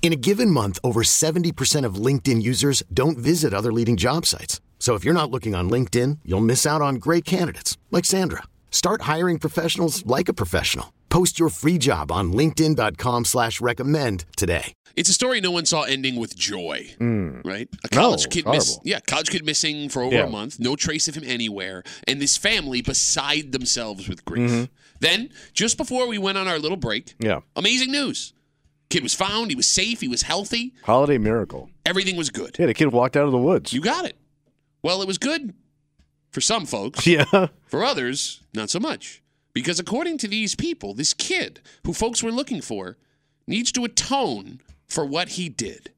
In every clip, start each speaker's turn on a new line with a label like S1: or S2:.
S1: In a given month, over 70% of LinkedIn users don't visit other leading job sites. So if you're not looking on LinkedIn, you'll miss out on great candidates like Sandra. Start hiring professionals like a professional. Post your free job on linkedin.com slash recommend today.
S2: It's a story no one saw ending with joy, right? A
S3: Mm. No,
S2: college kid
S3: it's
S2: miss,
S3: horrible.
S2: yeah, college kid missing for over
S3: Yeah.
S2: a month, no trace of him anywhere, and this family beside themselves with grief.
S3: Mm-hmm.
S2: Then, just before we went on our little break,
S3: Yeah.
S2: amazing news. Kid was found, he was safe, he was healthy,
S3: Holiday miracle.
S2: everything was good.
S3: Yeah, the kid walked out of the woods.
S2: You got it. Well, it was good for some folks.
S3: yeah.
S2: For others, not so much. Because according to these people, this kid who folks were looking for needs to atone for what he did.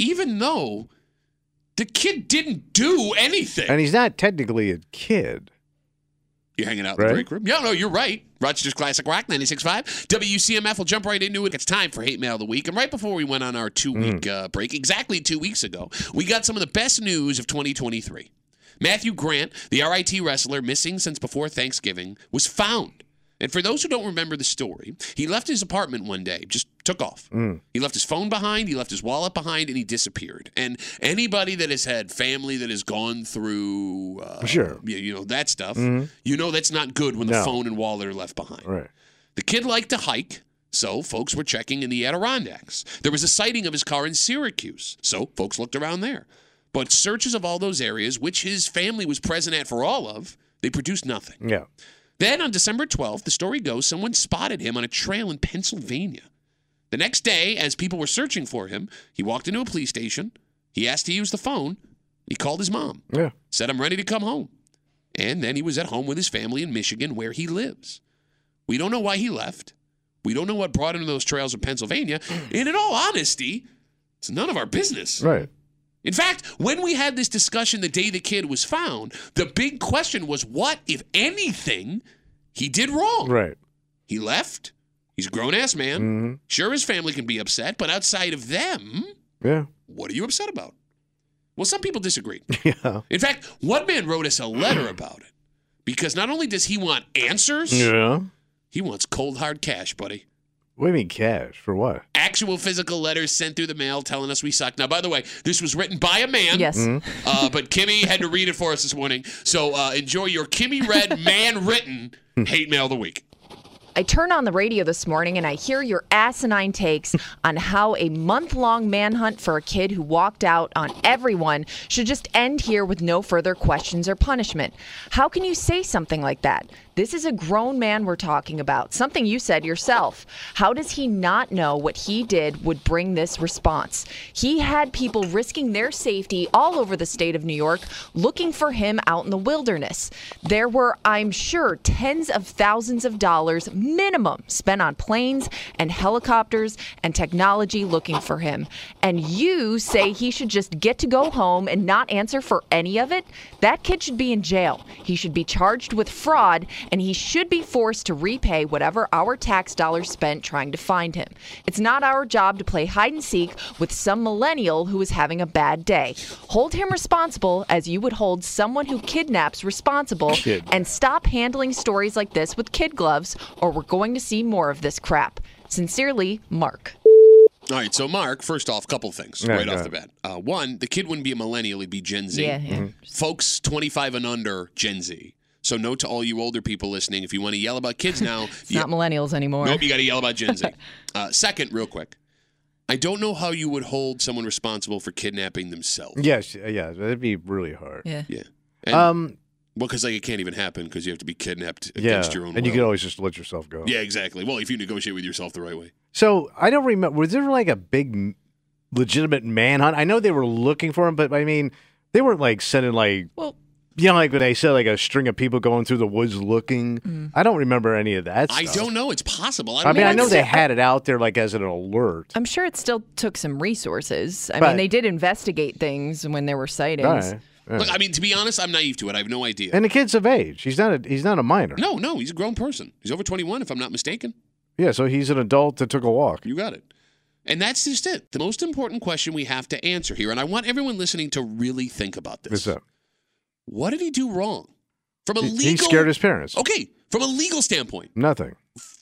S2: Even though the kid didn't do anything.
S3: And he's not technically a kid.
S2: you're hanging out in
S3: Right?
S2: the break room? Yeah, no, you're right. Rochester's Classic Rock 96.5. WCMF will jump right into it. It's time for Hate Mail of the Week. And right before we went on our two week
S3: Mm.
S2: uh, break, exactly two weeks ago, we got some of the best news of 2023. Matthew Grant, the RIT wrestler missing since before Thanksgiving, was found. And for those who don't remember the story, he left his apartment one day, just took off.
S3: Mm.
S2: He left his phone behind, he left his wallet behind, and he disappeared. And anybody that has had family that has gone through, uh,
S3: Sure.
S2: you, you know, that stuff, you know that's not good when the
S3: Mm-hmm. No.
S2: phone and wallet are left behind.
S3: Right.
S2: The kid liked to hike, so folks were checking in the Adirondacks. There was a sighting of his car in Syracuse, so folks looked around there. But searches of all those areas, which his family was present at for all of, they produced nothing.
S3: Yeah.
S2: Then on December 12th, the story goes someone spotted him on a trail in Pennsylvania. The next day, as people were searching for him, he walked into a police station. He asked to use the phone. He called his mom
S3: Yeah.
S2: said, I'm ready to come home. And then he was at home with his family in Michigan, where he lives. We don't know why he left. We don't know what brought him to those trails in Pennsylvania. And in all honesty, it's none of our business.
S3: Right.
S2: In fact, when we had this discussion the day the kid was found, the big question was what, if anything, he did wrong.
S3: Right. Mm. Mm-hmm.
S2: He left. He's a grown ass man. Sure, his family can be upset, but outside of them,
S3: Yeah.
S2: what are you upset about? Well, some people disagree.
S3: Yeah.
S2: In fact, one man wrote us a letter about it because not only does he want answers,
S3: Yeah.
S2: he wants cold hard cash, buddy.
S3: What do you mean cash? For what?
S2: Actual physical letters sent through the mail telling us we suck. Now, by the way, this was written by a man. Yes. Uh, but Kimmy had to read it for us this morning. So uh, enjoy your Kimmy read, man written hate mail of the week.
S4: I turn on the radio this morning and I hear your asinine takes on how a month long manhunt for a kid who walked out on everyone should just end here with no further questions or punishment. How can you say something like that? This is a grown man we're talking about, something you said yourself. How does he not know what he did would bring this response? He had people risking their safety all over the state of New York looking for him out in the wilderness. There were, I'm sure, tens of thousands of dollars minimum spent on planes and helicopters and technology looking for him. And you say he should just get to go home and not answer for any of it? That kid should be in jail. He should be charged with fraud and he should be forced to repay whatever our tax dollars spent trying to find him. It's not our job to play hide and seek with some millennial who is having a bad day. Hold him responsible as you would hold someone who kidnaps responsible
S3: Kid.
S4: and stop handling stories like this with kid gloves, or we're going to see more of this crap. Sincerely, Mark.
S2: All right, so Mark, first off, couple things
S3: Yeah,
S2: right
S3: go
S2: off the
S3: ahead.
S2: bat. Uh, one, the kid wouldn't be a millennial; he'd be Gen Z.
S5: Yeah, yeah.
S3: Mm-hmm.
S2: Folks, twenty-five and under, Gen Z. So, note to all you older people listening: if you want to yell about kids now, you,
S5: not millennials anymore.
S2: nope, you got to yell about Gen Z. uh, second, real quick, I don't know how you would hold someone responsible for kidnapping themselves.
S3: Yes. Yeah. That'd be really hard.
S5: Yeah.
S2: Yeah. And
S3: Um,
S2: Well, because like it can't even happen because you have to be kidnapped
S3: Yeah.
S2: against your own
S3: and you
S2: will.
S3: could always just let yourself go.
S2: yeah, exactly. Well, if you negotiate with yourself the right way.
S3: So I don't remember. Was there like a big, m- legitimate manhunt? I know they were looking for him, but I mean, they weren't like sending like,
S4: Well-
S3: you know, like when they said like a string of people going through the woods looking. I don't remember any of that.
S2: I
S3: stuff.
S2: don't know. It's possible. I,
S3: I
S2: don't
S3: mean, I know
S4: I'm
S3: they
S4: sure-
S3: had it out there like as an alert.
S4: I'm sure it still took some resources. I
S3: But-
S4: mean, they did investigate things when there were sightings.
S3: Right. Yeah.
S2: Look, I mean, to be honest, I'm naive to it. I have no idea.
S3: And the kid's of age. He's not a he's not a minor.
S2: no, no, he's a grown person. He's over 21, if I'm not mistaken.
S3: Yeah, so he's an adult that took a walk.
S2: You got it. And that's just it. The most important question we have to answer here, and I want everyone listening to really think about this.
S3: What's up?
S2: What did he do wrong? From a
S3: He,
S2: legal
S3: he scared his parents.
S2: Okay, from a legal standpoint,
S3: Nothing.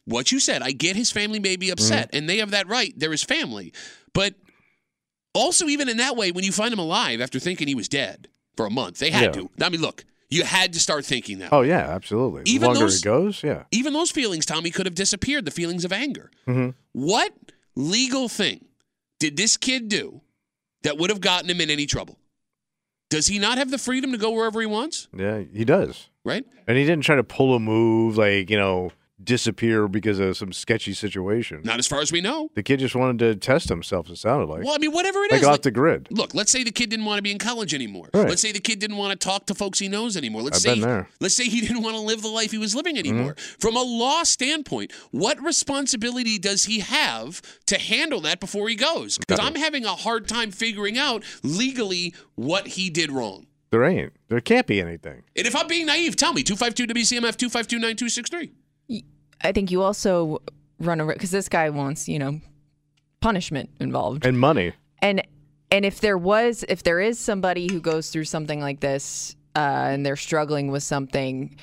S2: what you said, I get his family may be upset,
S3: Mm-hmm.
S2: and they have that right. They're his family. But also, even in that way, when you find him alive after thinking he was dead for a month, they had
S3: Yeah.
S2: to. I mean, look, you had to start thinking that.
S3: Oh yeah, absolutely. The
S2: Even
S3: Longer
S2: those-
S3: it goes, yeah.
S2: Even those feelings, Tommy, could have disappeared the feelings of anger.
S3: hmm
S2: What legal thing did this kid do that would have gotten him in any trouble? Does he not have the freedom to go wherever he wants?
S3: Yeah, he does.
S2: Right?
S3: And he didn't try to pull a move like, you know, disappear because of some sketchy situation.
S2: Not as far as we know.
S3: The kid just wanted to test himself, it sounded like.
S2: well, I mean, whatever it
S3: like
S2: is.
S3: off
S2: like-
S3: the grid.
S2: look, let's say the kid didn't want to be in college anymore.
S3: Right.
S2: Let's say the kid didn't want to talk to folks he knows anymore. Let's
S3: I've
S2: say
S3: been there.
S2: let's say he didn't want to live the life he was living
S3: Mm-hmm.
S2: anymore. From a law standpoint, what responsibility does he have to handle that before he goes? Because I'm having a hard time figuring out legally what he did wrong.
S3: There ain't. There can't be anything.
S2: And if I'm being naive, tell me 252 WCMF 252 9263.
S4: I think you also run a because this guy wants you know punishment involved
S3: And money.
S4: and and if there was if there is somebody who goes through something like this uh, and they're struggling with something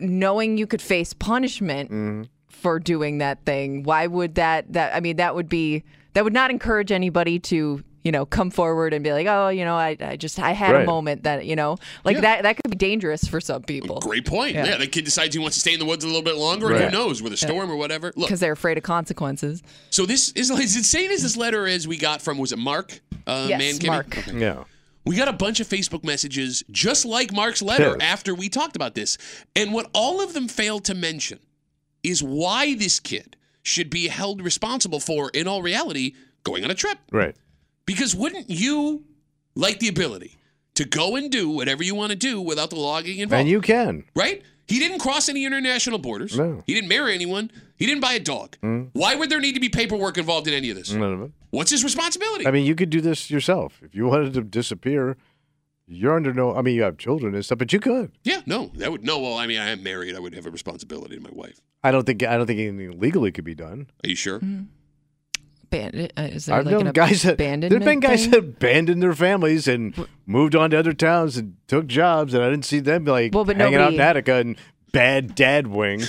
S4: knowing you could face punishment for doing that thing why would that that i mean that would be that would not encourage anybody to you know come forward and be like oh you know i, I just i had
S3: Right.
S4: a moment that you know like that that could be dangerous for some people
S2: Great point. Yeah.
S4: Yeah.
S2: the kid decides he wants to stay in the woods a little bit longer,
S3: Right.
S2: and who knows, with a storm or whatever. Look,
S4: because they're afraid of consequences
S2: so this is as insane as this letter is. We got from was it Mark? Uh,
S4: Yes,
S2: Mankini?
S4: Mark.
S2: Okay.
S3: Yeah.
S2: We got a bunch of Facebook messages just like Mark's letter
S3: Yes.
S2: after we talked about this. And what all of them failed to mention is why this kid should be held responsible for, in all reality, going on a trip.
S3: Right.
S2: Because wouldn't you like the ability to go and do whatever you want to do without the logging involved?
S3: And you can.
S2: right? He didn't cross any international borders.
S3: No. Mm.
S2: He didn't marry anyone. He didn't buy a dog. Why would there need to be paperwork involved in any of this?
S3: None of it.
S2: What's his responsibility?
S3: I mean, you could do this yourself. If you wanted to disappear, you're under no. I mean, you have children and stuff, but you could.
S2: yeah, no, that would no. Well, I mean, I am married. I would have a responsibility to my wife.
S3: I don't think. I don't think anything legally could be done.
S2: Are you sure?
S4: Bandit, uh, is there
S3: I've
S4: like an
S3: known guys that
S4: abandonment
S3: there've been guys
S4: thing?
S3: that abandoned their families and moved on to other towns and took jobs, and I didn't see them like
S4: Well, but
S3: hanging out in
S4: nobody-
S3: Attica and bad dad wing.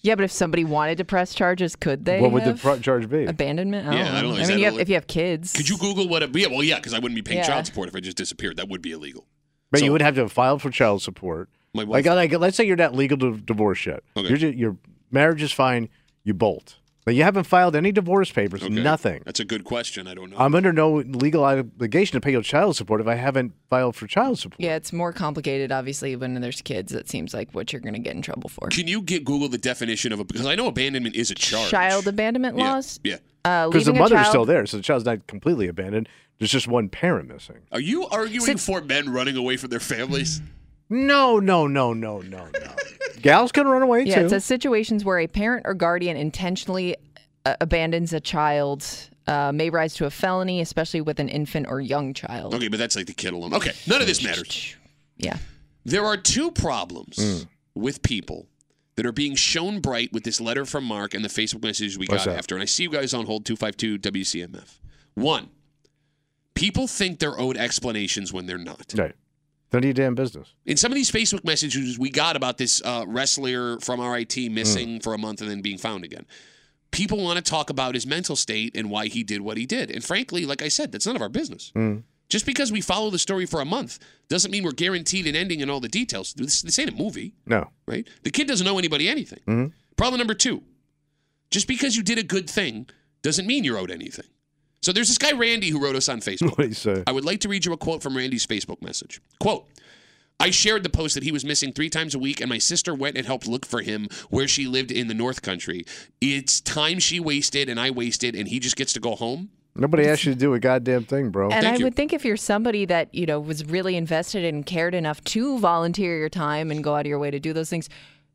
S4: Yeah, but if somebody wanted to press charges, could they?
S3: what would the
S4: have
S3: pro- charge be?
S4: abandonment? I
S2: Yeah,
S4: don't
S2: I don't know.
S4: know.
S2: Is
S4: I mean,
S2: that
S4: you have,
S2: illegal?
S4: if you have kids,
S2: Could you Google what? A, yeah, well, yeah, because I wouldn't be paying
S4: Yeah.
S2: child support if I just disappeared. That would be illegal.
S3: but
S2: so-
S3: you would have to file for child support.
S2: My wife.
S3: Like, like, let's say you're not legal to divorce yet.
S2: Okay.
S3: You're ju- your marriage is fine. You bolt, but you haven't filed any divorce papers.
S2: Okay.
S3: Nothing.
S2: That's a good question. I don't know.
S3: I'm under no legal obligation to pay your child support if I haven't filed for child support.
S4: Yeah, it's more complicated, obviously, when there's kids. That seems like what you're going to get in trouble for.
S2: Can you get Google the definition of a? Because I know abandonment is a charge.
S4: Child abandonment
S2: Yeah,
S4: laws.
S2: Yeah.
S4: Uh,
S3: Because the
S4: leaving a
S3: mother's
S4: child-
S3: still there, so the child's not completely abandoned. There's just one parent missing.
S2: Are you arguing for men running away from their families?
S4: Mm.
S3: No, no, no, no, no, no. Gals can run away
S4: Yeah,
S3: too.
S4: it says situations where a parent or guardian intentionally uh, abandons a child uh, may rise to a felony, especially with an infant or young child.
S2: Okay, but that's like the kid alone. Okay, none of this matters.
S4: Yeah.
S2: There are two problems
S3: Mm.
S2: with people that are being shown bright with this letter from Mark and the Facebook message we
S3: What's
S2: got
S3: that?
S2: after. And I see you guys on hold 252 WCMF. One, people think they're owed explanations when they're not.
S3: Right. None of your damn business.
S2: In some of these Facebook messages we got about this uh, wrestler from RIT missing for a month and then being found again, people want to talk about his mental state and why he did what he did. And frankly, like I said, that's none of our business. Just because we follow the story for a month doesn't mean we're guaranteed an ending and all the details. This, this ain't a movie
S3: No.
S2: right? The kid doesn't owe anybody anything.
S3: Mhm.
S2: Problem number two just because you did a good thing doesn't mean you're owed anything. So there's this guy, Randy, who wrote us on Facebook.
S3: uh, What do you say?
S2: I would like to read you a quote from Randy's Facebook message. Quote I shared the post that he was missing three times a week, and my sister went and helped look for him where she lived in the North Country. It's time she wasted and I wasted, and he just gets to go home.
S3: Nobody asked you to do a goddamn thing, bro.
S4: And
S2: Oh, Thank
S4: I
S2: you.
S4: would think if you're somebody that, you know, was really invested and cared enough to volunteer your time and go out of your way to do those things,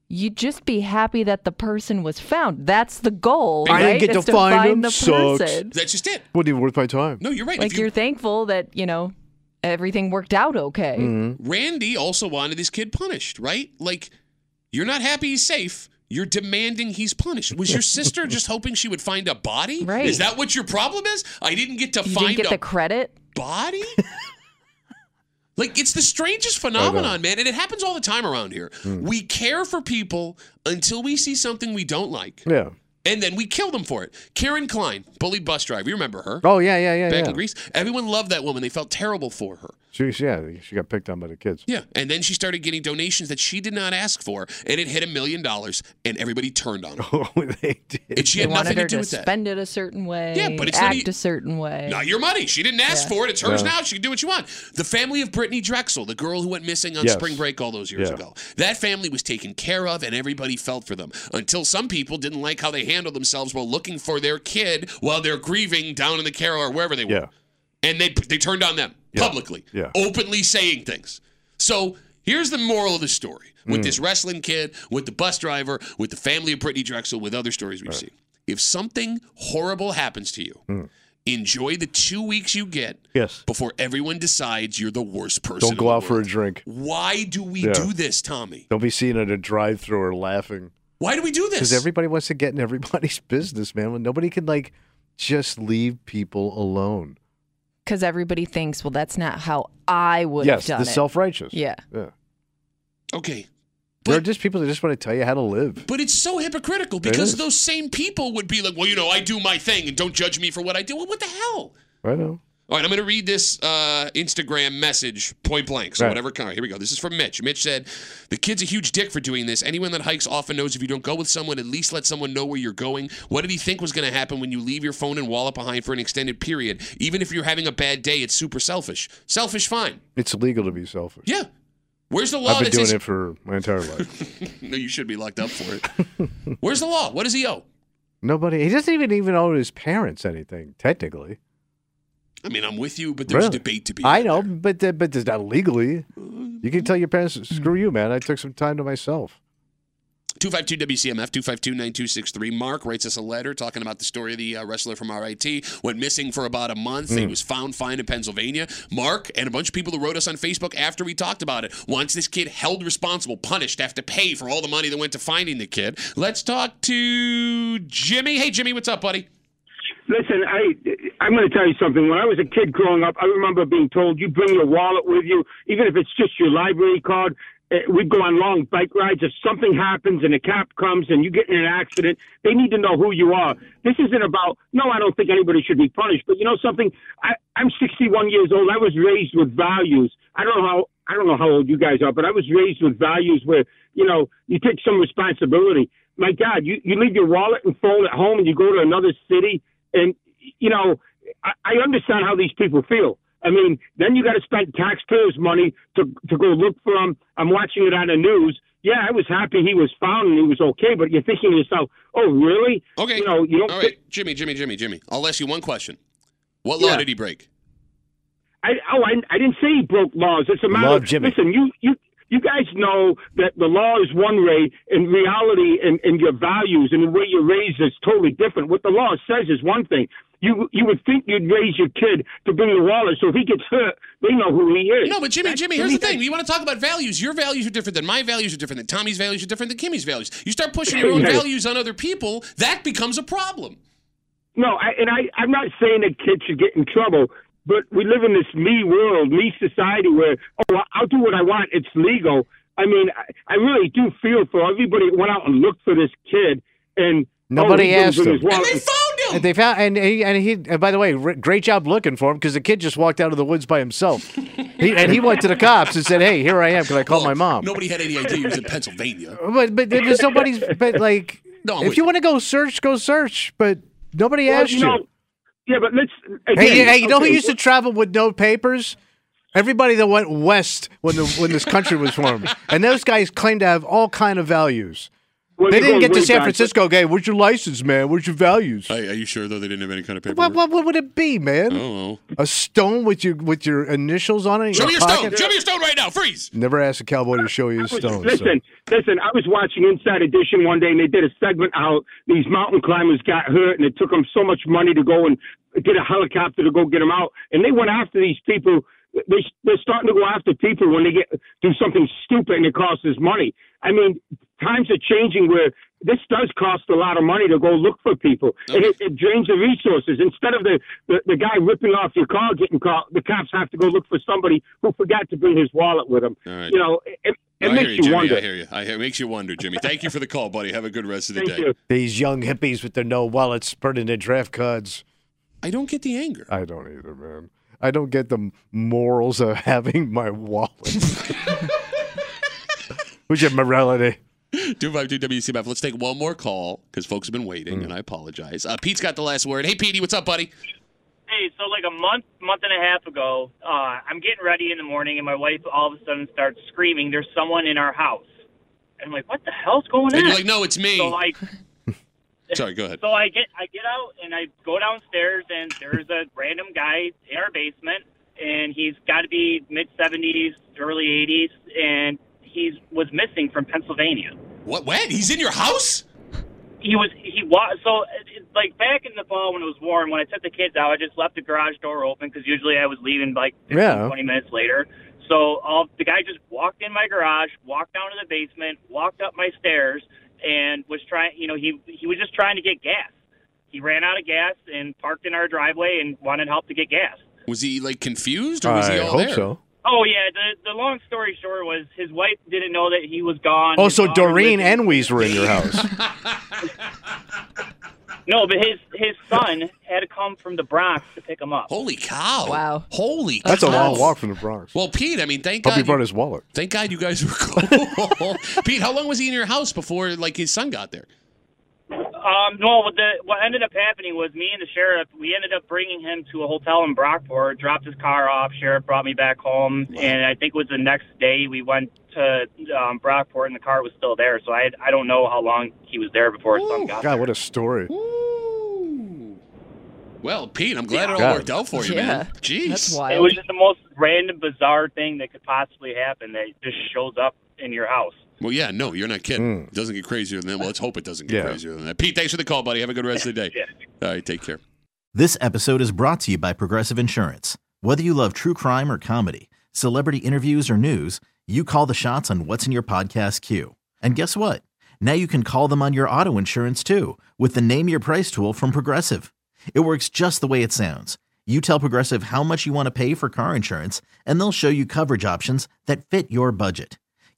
S4: you'd just be happy that the person was found. That's the goal.
S3: I didn't
S4: right?
S3: get to
S4: Is to
S3: find
S4: find
S3: him.
S4: the
S3: Sucks.
S4: person.
S2: That's just it.
S3: Wouldn't even worth my time.
S2: No, you're right.
S4: Like
S2: If you-
S4: you're thankful that, you know, everything worked out okay.
S2: Mm. Randy also wanted his kid punished, right? Like, you're not happy he's safe. You're demanding he's punished. Was your sister just hoping she would find a body?
S4: Right.
S2: Is that what your problem is? I didn't get to
S4: You
S2: find
S4: didn't get
S2: a
S4: the credit.
S2: body? like it's the strangest phenomenon, man, and it happens all the time around here. We care for people until we see something we don't like,
S3: Yeah.
S2: and then we kill them for it. Karen Klein, bullied bus driver, you remember her?
S3: Oh yeah, yeah, yeah.
S2: Back
S3: yeah.
S2: in Greece, everyone loved that woman. They felt terrible for her.
S3: She, she- yeah, she got picked on by the kids.
S2: Yeah, and then she started getting donations that she did not ask for, and it hit a million dollars, and everybody turned on her.
S3: Oh, they did.
S2: And she
S4: They
S2: had
S4: wanted
S2: nothing
S4: her
S2: to do
S4: to
S2: with that.
S4: spend it a certain way.
S2: Yeah, but it's not
S4: act
S2: e-
S4: a certain way.
S2: Not your money. She didn't ask for it. It's hers
S3: Yeah.
S2: now. She can do what she wants. The family of Brittany Drexel, the girl who went missing on
S3: Yes.
S2: spring break all those years
S3: Yeah.
S2: ago. That family was taken care of and everybody felt for them until some people didn't like how they handled themselves while looking for their kid while they're grieving down in the Carol or wherever they were.
S3: Yeah.
S2: And they they turned on them publicly,
S3: Yeah.
S2: openly saying things. So here's the moral of the story with
S3: Mm.
S2: this wrestling kid, with the bus driver, with the family of Brittany Drexel, with other stories we've seen. If something horrible happens to you,
S3: Mm.
S2: enjoy the two weeks you get
S3: Yes.
S2: before everyone decides you're the worst person.
S3: Don't
S2: in
S3: go
S2: the
S3: out for a
S2: world.
S3: drink.
S2: Why do we
S3: Yeah.
S2: do this, Tommy?
S3: Don't be seen at a drive-through or laughing
S2: Why do we do this?
S3: because everybody wants to get in everybody's business, man. When nobody can like just leave people alone.
S4: Because everybody thinks, well, that's not how I would
S3: yes,
S4: have
S3: the
S4: done it.
S3: self-righteous.
S4: Yeah.
S3: yeah.
S2: okay,
S3: there are
S2: But-
S3: just people that just want to tell you how to live.
S2: But it's so hypocritical
S3: It
S2: because
S3: is.
S2: those same people would be like, well, you know, I do my thing and don't judge me for what I do. Well, what the hell?
S3: I know.
S2: All right, I'm going to read this uh, Instagram message point blank. So,
S3: Right.
S2: whatever kind. Here we go. This is from Mitch. Mitch said, The kid's a huge dick for doing this. Anyone that hikes often knows if you don't go with someone, at least let someone know where you're going. What did he think was going to happen when you leave your phone and wallet behind for an extended period? Even if you're having a bad day, it's super selfish. Selfish, fine.
S3: It's illegal to be selfish.
S2: Yeah. Where's the law
S3: I've been
S2: that
S3: doing
S2: says
S3: it for my entire life.
S2: no, you should be locked up for it? Where's the law? What does he owe?
S3: Nobody. He doesn't even even owe his parents anything technically.
S2: I mean, I'm with you, but there's
S3: Really?
S2: debate to be.
S3: I
S2: had
S3: know,
S2: there.
S3: but th- but it's not legally. You can tell your parents, "Screw
S2: Mm.
S3: you, man. I took some time to myself."
S2: 252 WCMF 252 9263. Mark writes us a letter talking about the story of the uh, wrestler from RIT. Went missing for about a month. He was found fine in Pennsylvania. Mark and a bunch of people who wrote us on Facebook after we talked about it wants this kid held responsible, punished, have to pay for all the money that went to finding the kid. Let's talk to Jimmy. Hey, Jimmy, what's up, buddy?
S5: Listen, I I'm going to tell you something. When I was a kid growing up, I remember being told you bring your wallet with you, even if it's just your library card. Eh, We'd go on long bike rides. If something happens and a cop comes and you get in an accident, they need to know who you are. This isn't about no. I don't think anybody should be punished, but you know something. I, I'm 61 years old. I was raised with values. I don't know how I don't know how old you guys are, but I was raised with values where you know you take some responsibility. My God, you you leave your wallet and phone at home and you go to another city and you know, I, I understand how these people feel. I mean, then you got to spend taxpayers' money to to go look for him. I'm watching it on the news. Yeah, I was happy he was found and he was okay, but you're thinking to yourself, "Oh, really?
S2: Okay.
S5: You know, you don't.
S2: All right, Jimmy, Jimmy, Jimmy, Jimmy. I'll ask you one question. What law
S5: Yeah.
S2: did he break?
S5: I, oh, I, I didn't say he broke laws. It's a matter.
S3: Love
S5: of,
S3: Jimmy.
S5: Listen, you you you guys know that the law is one way, and reality and, and your values and the way you're raised is totally different. What the law says is one thing. You you would think you'd raise your kid to bring the wallet, so if he gets hurt, they know who he is.
S2: No, but Jimmy,
S5: That-
S2: Jimmy,
S5: to
S2: here's
S5: me,
S2: the thing. You want to talk about values. Your values are different than my values are different than Tommy's values are different than Kimmy's values. You start pushing your own
S5: Yes.
S2: values on other people, that becomes a problem.
S5: No, I, and I, I'm not saying that kids should get in trouble, but we live in this me world, me society where, oh, I- I'll do what I want. It's legal. I mean, I, I really do feel for everybody that went out and looked for this kid and
S3: Nobody
S5: oh, he didn't
S3: asked
S5: bring
S3: him.
S5: his wallet.
S2: And they found him.
S3: And they found and he, and he and by the way, r- great job looking for him because the kid just walked out of the woods by himself. he, and he went to the cops and said, "Hey, here I am. Can I call
S2: Look,
S3: my mom?"
S2: Nobody had any idea he was in Pennsylvania.
S3: But but there was nobody's. But like,
S2: No, I'm
S3: if
S2: with
S3: you
S2: you.
S3: want to go search, go search. But nobody
S5: Well,
S3: asked
S5: you know,
S3: you.
S5: yeah, but let's. Again,
S3: Hey, hey, you know who
S5: okay,
S3: used to travel with no papers? Everybody that went west when the when this country was formed, and those guys claim to have all kind of values.
S5: Well,
S3: They
S5: you're
S3: didn't
S5: going
S3: get to
S5: way
S3: San
S5: back, but-
S3: Francisco. Okay, where's your license, man? Where's your values?
S2: Hey, are you sure though they didn't have any kind of paper?
S3: What, what what would it be, man?
S2: Oh,
S3: A stone with your with your initials on it. in
S2: show me your
S3: pocket?
S2: stone. Show me your stone right now. Freeze.
S3: Never ask a cowboy to show you his stone. so-
S5: Listen, listen. I was watching Inside Edition one day, and they did a segment how these mountain climbers got hurt, and it took them so much money to go and get a helicopter to go get them out. And they went after these people. They they're starting to go after people when they get do something stupid and it costs us money. I mean, times are changing where this does cost a lot of money to go look for people, and it, it drains the resources. Instead of the, the the guy ripping off your car getting caught, the cops have to go look for somebody who forgot to bring his wallet with him.
S2: All right.
S5: You know, it, it
S2: I
S5: makes
S2: hear you,
S5: you
S2: Jimmy.
S5: wonder.
S2: I hear you. I hear, it makes you wonder, Jimmy. Thank you for the call, buddy. Have a good rest of the
S5: Thank
S2: day.
S5: you.
S3: These young hippies with their no wallets burning their draft cards.
S2: I don't get the anger.
S3: I don't either, man. I don't get the morals of having my wallet. Who's your morality?
S2: 252 WCMF. Let's take one more call because folks have been waiting,
S3: Hmm.
S2: and I apologize. Uh, Pete's got the last word. Hey, Petey, what's up, buddy?
S6: Hey, so like a month, month and a half ago, uh, I'm getting ready in the morning, and my wife all of a sudden starts screaming, "There's someone in our house!" And I'm like, "What the hell's going
S2: And
S6: on?"
S2: you're like, no, it's me.
S6: so I,
S2: Sorry, go ahead.
S6: so I get, I get out and I go downstairs, and there's a random guy in our basement, and he's got to be mid 70s, early 80s, and he's was missing from Pennsylvania.
S2: What? When? He's in your house?
S6: he was he was so it- it- like back in the fall when it was warm when i took the kids out i just left the garage door open because usually i was leaving like 15,
S3: Yeah.
S6: 20 minutes later so all the guy just walked in my garage walked down to the basement walked up my stairs and was trying you know he he was just trying to get gas he ran out of gas and parked in our driveway and wanted help to get gas
S2: Was he like confused, or was
S3: I
S2: he all
S3: hope
S2: there?
S3: so.
S6: oh yeah the the long story short was his wife didn't know that he was gone
S3: Oh,
S6: His
S3: so
S6: daughter
S3: Doreen
S6: lived in-
S3: and Weeze were in your house.
S6: no but his his son had to come from the bronx to pick him up
S2: Holy cow!
S4: Wow.
S2: Holy. cow.
S3: That's a long walk from the Bronx.
S2: Well, Pete, I mean, thank
S3: Hope he
S2: God.
S3: brought
S2: You,
S3: his wallet.
S2: thank God you guys were cool. Pete, how long was he in your house before like his son got there?
S6: Um, no, what the what ended up happening was me and the sheriff. We ended up bringing him to a hotel in Brockport. Dropped his car off. Sheriff brought me back home, and I think it was the next day we went to um, Brockport, and the car was still there. So I I don't know how long he was there before his son got.
S3: God, what a story.
S2: Well, Pete, I'm glad it all
S3: God.
S2: worked out for you,
S4: Yeah.
S2: man. Jeez.
S4: That's
S6: It was
S4: wild.
S6: just the most random, bizarre thing that could possibly happen that just shows up in your house.
S2: Well, yeah, no, you're not kidding. It doesn't get crazier than that. Well, let's hope it doesn't get
S3: Hmm. Yeah.
S2: crazier than that. Pete, thanks for the call, buddy. Have a good rest of the day. All right, take care.
S7: This episode is brought to you by Progressive Insurance. Whether you love true crime or comedy, celebrity interviews or news, you call the shots on what's in your podcast queue. And guess what? Now you can call them on your auto insurance too with the Name Your Price tool from Progressive. It works just the way it sounds. You tell Progressive how much you want to pay for car insurance, and they'll show you coverage options that fit your budget.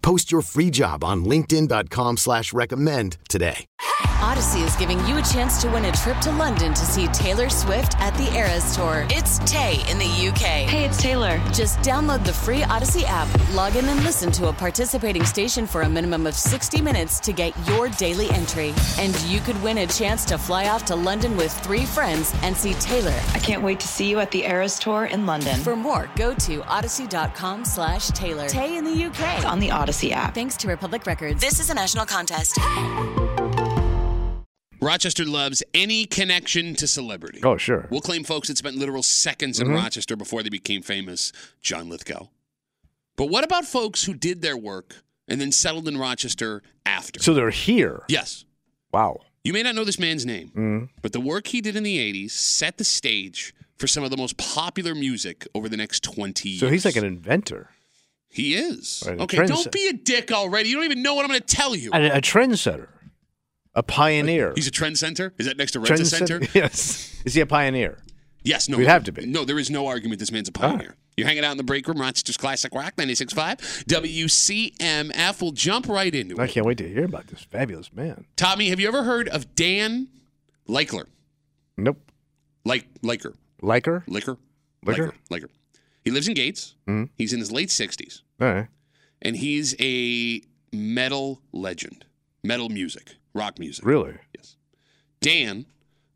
S1: Post your free job on linkedin.com/recommend slash recommend today.
S8: Odyssey is giving you a chance to win a trip to London to see Taylor Swift at the Eras Tour. It's Tay in the UK. Hey, it's Taylor. Just download the free Odyssey app, log in, and listen to a participating station for a minimum of 60 minutes to get your daily entry. And you could win a chance to fly off to London with three friends and see Taylor.
S9: I can't wait to see you at the Eras Tour in London.
S8: For more, go to odyssey.com slash Taylor. Tay in the
S9: It's
S8: UK.
S9: on the Odyssey app.
S8: Thanks to Republic Records. This is a national contest.
S2: Rochester loves any connection to celebrity.
S3: Oh, sure. Mm-hmm.
S2: We'll claim folks that spent literal seconds in Rochester before they became famous, John Lithgow. But what about folks who did their work and then settled in Rochester after?
S3: So they're here.
S2: yes.
S3: Wow.
S2: You may not know this man's name,
S3: Mm-hmm.
S2: but the work he did in the 80s set the stage for some of the most popular music over the next 20 years.
S3: So he's like an inventor,
S2: He is.
S3: Right, a
S2: okay, don't
S3: trendset-
S2: be a dick already. You don't even know what I'm going to tell you.
S3: a, a trendsetter. A pioneer.
S2: He's a trend center. Is that next to rent a
S3: Trendset-
S2: center?
S3: Yes. Is he a pioneer?
S2: Yes, no.
S3: We'd have to be. Ah.
S2: No, there is no argument this man's a pioneer. You're hanging out in the break room, Rochester's Classic Rock 96.5. WCMF will jump right into
S3: I
S2: it.
S3: can't wait to hear about this fabulous man.
S2: Tommy, have you ever heard of Dan Likler?
S3: Nope.
S2: Like Liker.
S3: Liker?
S2: Liker?
S3: Liker?
S2: Liker. He lives in Gates.
S3: Mhm.
S2: He's in his late 60s,
S3: All right.
S2: and he's a metal legend. Metal music, rock music.
S3: Really?
S2: Dan,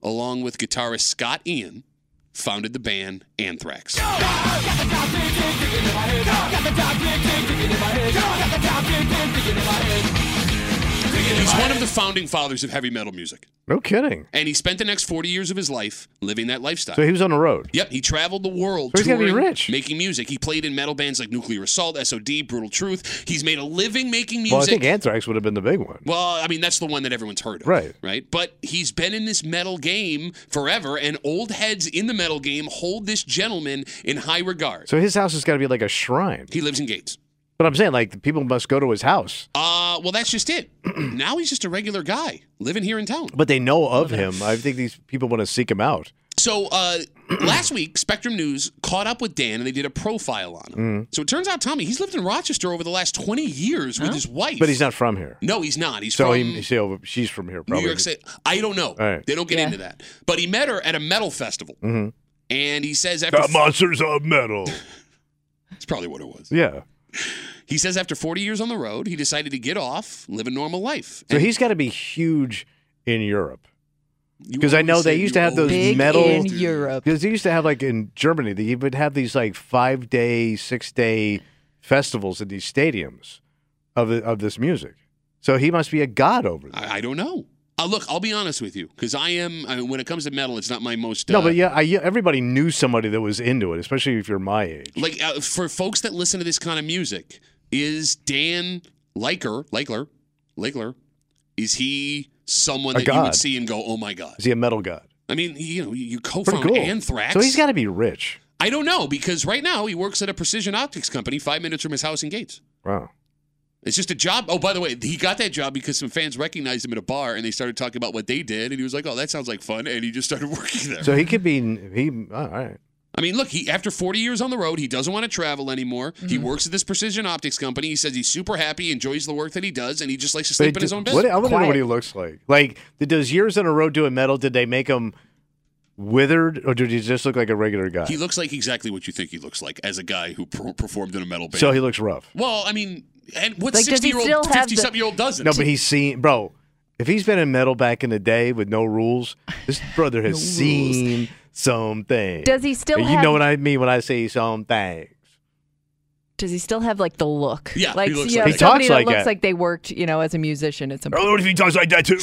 S2: along with guitarist Scott Ian, founded the band Anthrax. He's one of the founding fathers of heavy metal music,
S3: No kidding.
S2: and he spent the next 40 years of his life living that lifestyle.
S3: So he was on the road.
S2: Yep, he traveled the world
S3: So he's gotta be
S2: touring,
S3: rich.
S2: making music. He played in metal bands like Nuclear Assault, SOD, Brutal Truth. He's made a living making music.
S3: Well, I think Anthrax would have been the big one.
S2: Well, I mean, that's the one that everyone's heard of.
S3: Right.
S2: Right. But he's been in this metal game forever, and old heads in the metal game hold this gentleman in high regard.
S3: So his house has got to be like a shrine.
S2: he lives in Gates.
S3: But I'm saying, like, the people must go to his house.
S2: Uh, well, that's just it. now he's just a regular guy living here in town.
S3: But they know of him. I think these people want to seek him out.
S2: So uh, last week, Spectrum News caught up with Dan and they did a profile on him.
S3: Mm.
S2: So it turns out, Tommy, he's lived in Rochester over the last 20 years with his wife.
S3: But he's not from here.
S2: No, he's not. He's
S3: So
S2: from
S3: he, so she's from here,
S2: New
S3: probably.
S2: York City. I don't know.
S3: All right.
S2: They don't get
S4: Yeah.
S2: into that. But he met her at a metal festival.
S3: Mhm.
S2: And he says after
S3: The monsters of metal.
S2: That's probably what it was.
S3: yeah.
S2: He says after 40 years on the road, he decided to get off, live a normal life.
S3: So
S2: And
S3: he's got to be huge in Europe.
S2: you
S3: 'cause I know
S2: always
S3: they
S2: said
S3: used
S2: you
S3: to have those
S2: always-
S4: Big
S3: metal-
S4: in Europe.
S3: Because they used to have like in Germany, they would have these like five day, six day festivals at these stadiums of of this music. So he must be a god over there.
S2: I, I don't know. Uh, look, I'll be honest with you, because I am. I mean, when it comes to metal, it's not my most. Uh,
S3: no, but yeah, I, yeah, everybody knew somebody that was into it, especially if you're my age.
S2: Like uh, for folks that listen to this kind of music, is Dan Liker, Likler, Likler, is he someone
S3: A
S2: that you would
S3: god.
S2: see and go, oh my god?
S3: Is he a metal god?
S2: I mean, you know, you
S3: Pretty
S2: co-found
S3: cool.
S2: Anthrax.
S3: So he's got to be rich.
S2: I don't know because right now he works at a precision optics company, five minutes from his house in Gates.
S3: Wow.
S2: It's just a job. Oh, by the way, he got that job because some fans recognized him at a bar and they started talking about what they did, and he was like, "Oh, that sounds like fun," and he just started working there.
S3: So he could be he. All right.
S2: I mean, look, he after 40 years on the road, he doesn't want to travel anymore. He
S3: Mm-hmm.
S2: works at this precision optics company. He says he's super happy, enjoys the work that he does, and he just likes to sleep
S3: But
S2: in his own bed.
S3: what, I want to know what
S4: Quiet.
S3: he looks like. Like did those years in a row doing metal, did they make him withered, or did he just look like a regular guy?
S2: he looks like exactly what you think he looks like as a guy who per- performed in a metal band.
S3: so he looks rough.
S2: well, I mean, and what
S4: Like, does he
S2: 60 year
S4: still
S2: old,
S4: have the-
S2: 50 something year old doesn't?
S3: No, but he's seen, bro. If he's been in metal back in the day with no rules, this brother has seen something.
S4: Does he still
S3: And You
S4: have-
S3: know what I mean when I say something.
S4: Does he still have like the look?
S2: Yeah, he
S4: like
S2: looks
S4: you
S2: like
S4: know,
S3: that. He
S4: somebody
S3: talks
S4: that
S3: like
S4: looks
S3: that.
S4: like they worked, you know, as a musician at some point.
S3: if he talks like that too.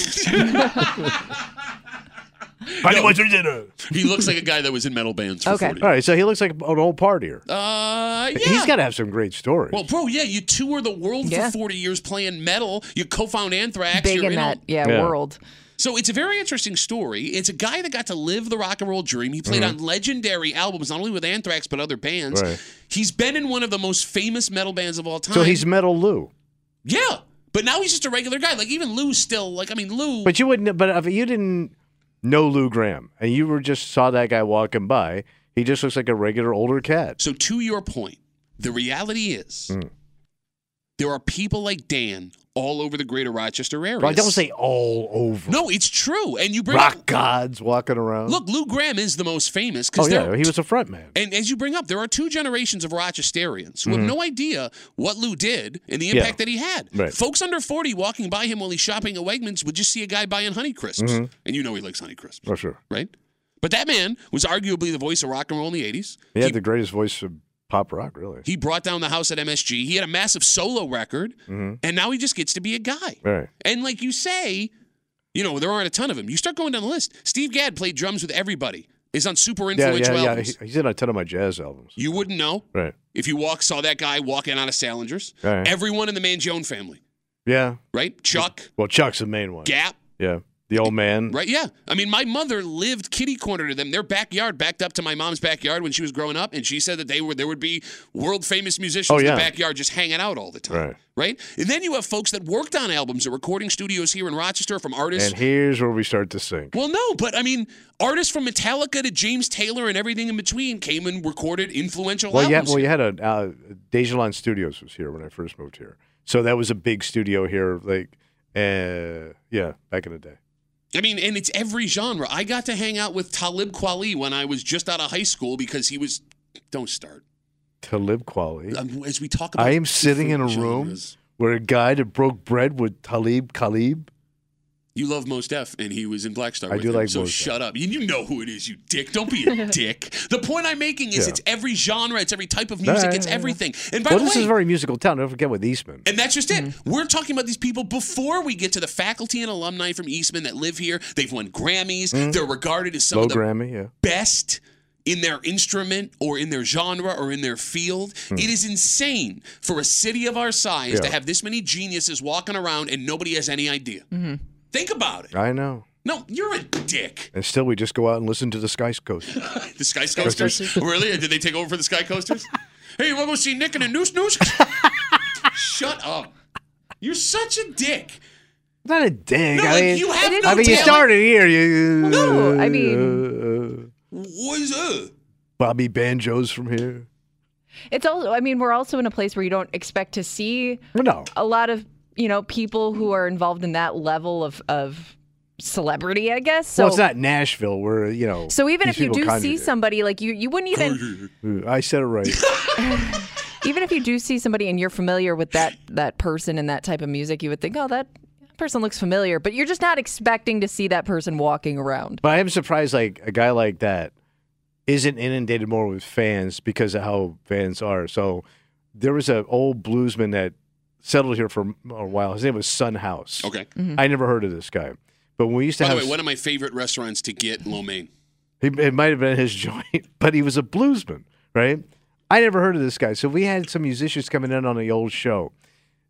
S3: Honey, what's your dinner?
S2: he looks like a guy that was in metal bands for
S4: Okay.
S2: 40
S3: All right, so he looks like an old partier.
S2: Uh, yeah.
S3: He's got to have some great stories.
S2: Well, bro, yeah, you tour the world
S4: Yeah.
S2: for 40 years playing metal. You co-found Anthrax.
S4: Big
S2: you're
S4: in
S2: all-
S4: that yeah,
S3: Yeah.
S4: world.
S2: So it's a very interesting story. It's a guy that got to live the rock and roll dream. He played on legendary albums, not only with Anthrax but other bands.
S3: Mm-hmm. Right.
S2: He's been in one of the most famous metal bands of all time.
S3: so he's metal Lou,
S2: yeah, but now he's just a regular guy. Like even Lou's still like I mean Lou.
S3: but you wouldn't. But if you didn't know Lou Graham, and you were just saw that guy walking by, he just looks like a regular older cat.
S2: so to your point, the reality is
S3: Mm.
S2: there are people like Dan all over the greater Rochester area.
S3: Bro, don't say all over.
S2: no, it's true. And you bring
S3: rock
S2: up,
S3: gods walking around.
S2: Look, Lou Graham is the most famous
S3: oh
S2: because
S3: yeah, he was a front man.
S2: And as you bring up, there are two generations of Rochesterians who have no idea what Lou did and the
S3: Mm-hmm. Yeah.
S2: impact that he had.
S3: Right.
S2: Folks under 40 walking by him while he's shopping at Wegmans would just see a guy buying Honeycrisps.
S3: Mm-hmm.
S2: And you know he likes Honeycrisps,
S3: Oh sure,
S2: right? But that man was arguably the voice of rock and roll in the 80s.
S3: he, had the greatest voice of pop rock, really.
S2: He brought down the house at MSG. He had a massive solo record,
S3: Mm-hmm.
S2: and now he just gets to be a guy.
S3: Right.
S2: And like you say, you know, there aren't a ton of them. You start going down the list. Steve Gadd played drums with everybody, is on super
S3: Yeah,
S2: influential
S3: yeah, yeah.
S2: albums.
S3: He- he's in a ton of my jazz albums.
S2: You wouldn't know.
S3: Right.
S2: If you walk, saw that guy walking out of Salinger's,
S3: Right.
S2: everyone in the Mangione family,
S3: Yeah.
S2: right? Chuck,
S3: Well, Chuck's the main one.
S2: Gap,
S3: yeah. The old man.
S2: Right? Yeah. I mean, my mother lived kitty corner to them. Their backyard backed up to my mom's backyard when she was growing up, and she said that they were there would be world famous musicians
S3: Oh,
S2: in
S3: yeah.
S2: the backyard just hanging out all the time.
S3: Right.
S2: Right? And then you have folks that worked on albums at recording studios here in Rochester from artists.
S3: And here's where we start to sink.
S2: well, no, but I mean, artists from Metallica to James Taylor and everything in between came and recorded influential
S3: Well, yeah.
S2: albums.
S3: Well, you had a uh, Dejalon Studios was here when I first moved here, so that was a big studio here. Like, uh, yeah, back in the day.
S2: I mean, and it's every genre. I got to hang out with Talib Kweli when I was just out of high school because he was. Don't start.
S3: Talib Kweli.
S2: Um, As we talk about
S3: I am sitting in a
S2: different
S3: room
S2: genres.
S3: where a guy that broke bread with Talib Khalib.
S2: You love Most Def, and he was in Black Star.
S3: I
S2: with
S3: do
S2: him,
S3: like
S2: So
S3: Mos Def.
S2: shut up. You, you know who it is, you dick. Don't be a dick. The point I'm making is
S3: Yeah.
S2: it's every genre, it's every type of
S3: Yeah,
S2: music,
S3: yeah,
S2: it's
S3: yeah.
S2: everything. And by
S3: Well,
S2: the
S3: this
S2: way,
S3: is a very musical town. Don't forget with Eastman.
S2: and that's just it. We're talking about these people before we get to the faculty and alumni from Eastman that live here. They've won Grammys. They're regarded as some
S3: Low
S2: of the
S3: Grammy, yeah.
S2: best in their instrument or in their genre or in their field. It is insane for a city of our size to
S3: Yeah.
S2: have this many geniuses walking around and nobody has any idea. Think about it.
S3: I know.
S2: No, you're a dick.
S3: And still, we just go out and listen to the Sky Coast.
S2: The Sky Coasters? really? Did they take over for the Sky Coasters? hey, you want to go see Nick and the Noose Noose? Shut up. You're such a dick.
S3: Not a dang.
S2: No,
S3: I
S2: like,
S3: mean,
S2: you have
S4: it is
S2: no
S3: I mean, you
S2: talent.
S3: started here. You, uh,
S4: No, I
S3: mean,
S2: What is it?
S3: Bobby Banjo's from here.
S4: It's also, I mean, we're also in a place where you don't expect to see
S3: Well, no,
S4: a lot of, you know, people who are involved in that level of, of celebrity, I guess. So,
S3: well, it's not Nashville where you know.
S4: so even
S3: these
S4: if you
S3: people
S4: do see
S3: congregate.
S4: somebody, like you, you wouldn't even,
S3: Ooh, I said it right.
S4: even if you do see somebody and you're familiar with that, that person and that type of music, you would think, oh, that person looks familiar, but you're just not expecting to see that person walking around.
S3: but I am surprised, like a guy like that isn't inundated more with fans because of how fans are. So there was an old bluesman that settled here for a while. His name was Sun House.
S2: Okay.
S4: Mm-hmm.
S3: I never heard of this guy, but when we used to
S2: By the
S3: have
S2: way, one of my favorite restaurants to get lo mein.
S3: He, it might have been his joint, but he was a bluesman, right? I never heard of this guy. So we had some musicians coming in on the old show.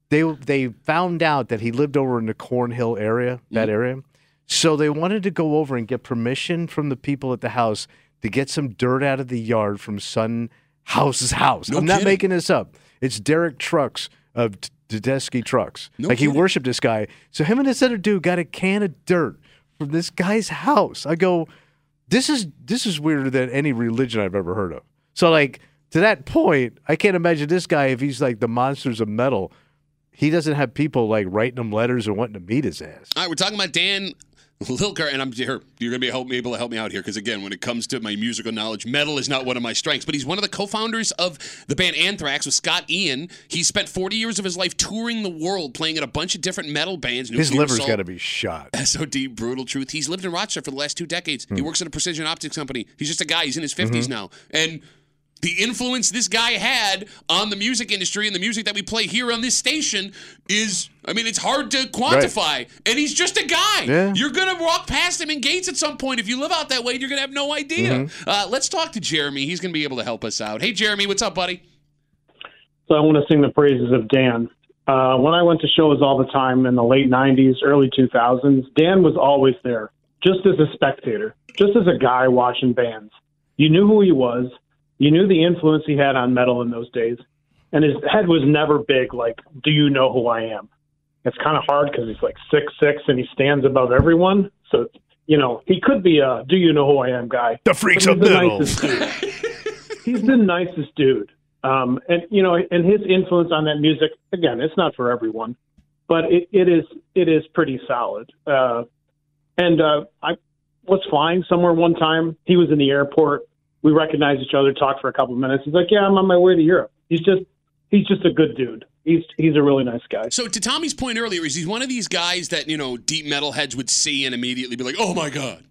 S3: They they found out that he lived over in the Cornhill area, that
S2: Mm-hmm.
S3: area. So they wanted to go over and get permission from the people at the house to get some dirt out of the yard from Sun House's house.
S2: No
S3: I'm not
S2: kidding.
S3: making this up. It's Derek Trucks of T- Tedeschi Trucks.
S2: No
S3: like
S2: kidding.
S3: he worshipped this guy. So him and this other dude got a can of dirt from this guy's house. I go, this is this is weirder than any religion I've ever heard of. So like to that point, I can't imagine this guy if he's like the monsters of metal, he doesn't have people like writing him letters or wanting to meet his ass.
S2: All right, we're talking about Dan Lilker, and I'm here. You're gonna be help, able to help me out here because again, when it comes to my musical knowledge, metal is not one of my strengths. But he's one of the co-founders of the band Anthrax with Scott Ian. He spent 40 years of his life touring the world, playing in a bunch of different metal bands.
S3: His
S2: Nuclear
S3: liver's
S2: Assault,
S3: got to be shot.
S2: SOD, Brutal Truth. He's lived in Rochester for the last two decades. He works at a precision optics company. He's just a guy. He's in his 50s now. And the influence this guy had on the music industry and the music that we play here on this station is, I mean, it's hard to quantify. And he's just a guy.
S3: Yeah.
S2: You're going to walk past him in gates at some point. If you live out that way, you're going to have no idea. Uh, let's talk to Jeremy. He's going to be able to help us out. Hey, Jeremy, what's up, buddy?
S9: So I want to sing the praises of Dan. Uh, when I went to shows all the time in the late 90s, early 2000s, Dan was always there, just as a spectator, just as a guy watching bands. You knew who he was, you knew the influence he had on metal in those days, and his head was never big, like, do you know who I am? It's kind of hard because he's like six six and he stands above everyone. So, you know, he could be a do you know who I am guy.
S3: The freaks
S9: But
S3: of
S9: he's the
S3: metal.
S9: nicest dude. He's the nicest dude. Um, and you know, and his influence on that music again, it's not for everyone, but it, it is it is pretty solid. Uh, and uh, I was flying somewhere one time. He was in the airport. We recognized each other, talked for a couple of minutes. He's like, "Yeah, I'm on my way to Europe." He's just he's just a good dude. He's he's a really nice guy.
S2: So to Tommy's point earlier, is he's one of these guys that, you know, deep metal heads would see and immediately be like, oh my God.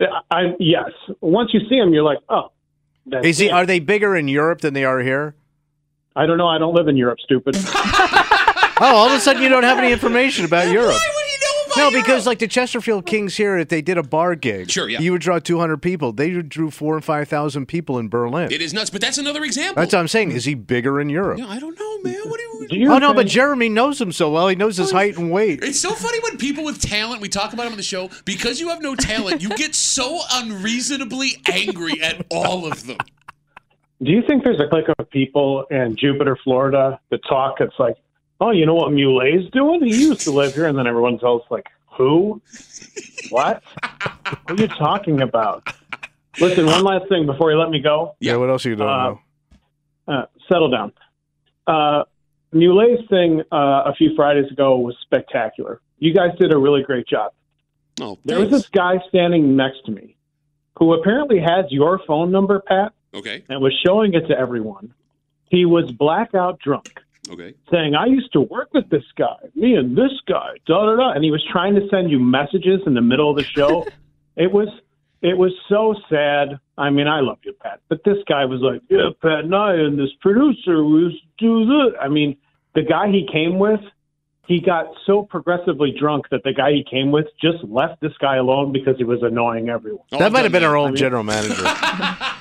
S9: I, I yes, once you see him, you're like, "Oh." That's
S3: Is he?
S9: it.
S3: Are they bigger in Europe than they are here?
S9: I don't know. I don't live in Europe, stupid.
S3: Oh, all of a sudden you don't have any information about Europe.
S2: Why would he know about
S3: No,
S2: Europe?
S3: because like the Chesterfield Kings here, if they did a bar gig,
S2: Sure, yeah.
S3: you would draw 200 people. They drew four and five thousand people in Berlin.
S2: It is nuts, but that's another example.
S3: That's what I'm saying. Is he bigger in Europe?
S2: No, I don't know. know, man. What do you?
S9: Do you
S3: oh no, but
S9: think-
S3: Jeremy knows him so well. He knows his height and weight.
S2: It's so funny when people with talent, we talk about them on the show, because you have no talent, you get so unreasonably angry at all of them.
S9: Do you think there's a clique of people in Jupiter, Florida, that talk? It's like, oh, you know what Mulet's doing? He used to live here, and then everyone else like, who? What? what are you talking about? Listen, one last thing before you let me go.
S3: Yeah. what else you don't
S9: Uh,
S3: know?
S9: Uh, settle down. Uh, Mulet's thing uh, a few Fridays ago was spectacular. You guys did a really great job.
S2: Oh,
S9: There was this guy standing next to me who apparently has your phone number, Pat
S2: Okay,
S9: and was showing it to everyone. He was blackout drunk,
S2: okay.
S9: saying, I used to work with this guy, me and this guy, da da da. And he was trying to send you messages in the middle of the show. it was it was so sad. I mean, I love you, Pat, but this guy was like, Yeah, Pat and I and this producer was do this. I mean, the guy he came with, he got so progressively drunk that the guy he came with just left this guy alone because he was annoying everyone.
S2: Oh,
S3: that
S2: I've
S3: might have
S2: done
S3: been our old
S9: mean-
S3: general manager.